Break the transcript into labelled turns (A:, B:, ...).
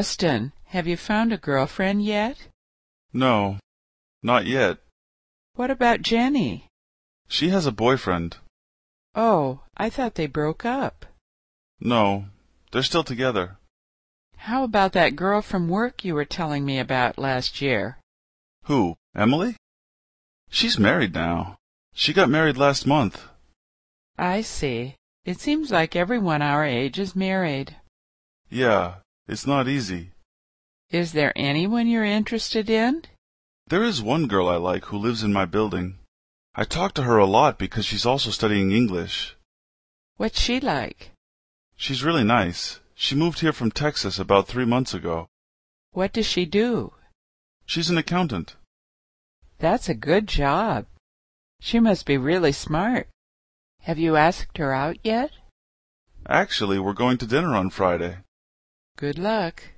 A: Justin, have you found a girlfriend yet?
B: No, not yet.
A: What about Jenny?
B: She has a boyfriend.
A: Oh, I thought they broke up.
B: No, they're still together.
A: How about that girl from work you were telling me about last year?
B: Who? Emily? She's married now. She got married last month.
A: I see. It seems like everyone our age is married.
B: Yeah, it's not easy.
A: Is there anyone you're interested in?
B: There is one girl I like who lives in my building. I talk to her a lot because she's also studying English.
A: What's she like?
B: She's really nice. She moved here from Texas about three months ago.
A: What does she do?
B: She's an accountant.
A: That's a good job. She must be really smart. Have you asked her out yet?
B: Actually, we're going to dinner on Friday.
A: Good luck.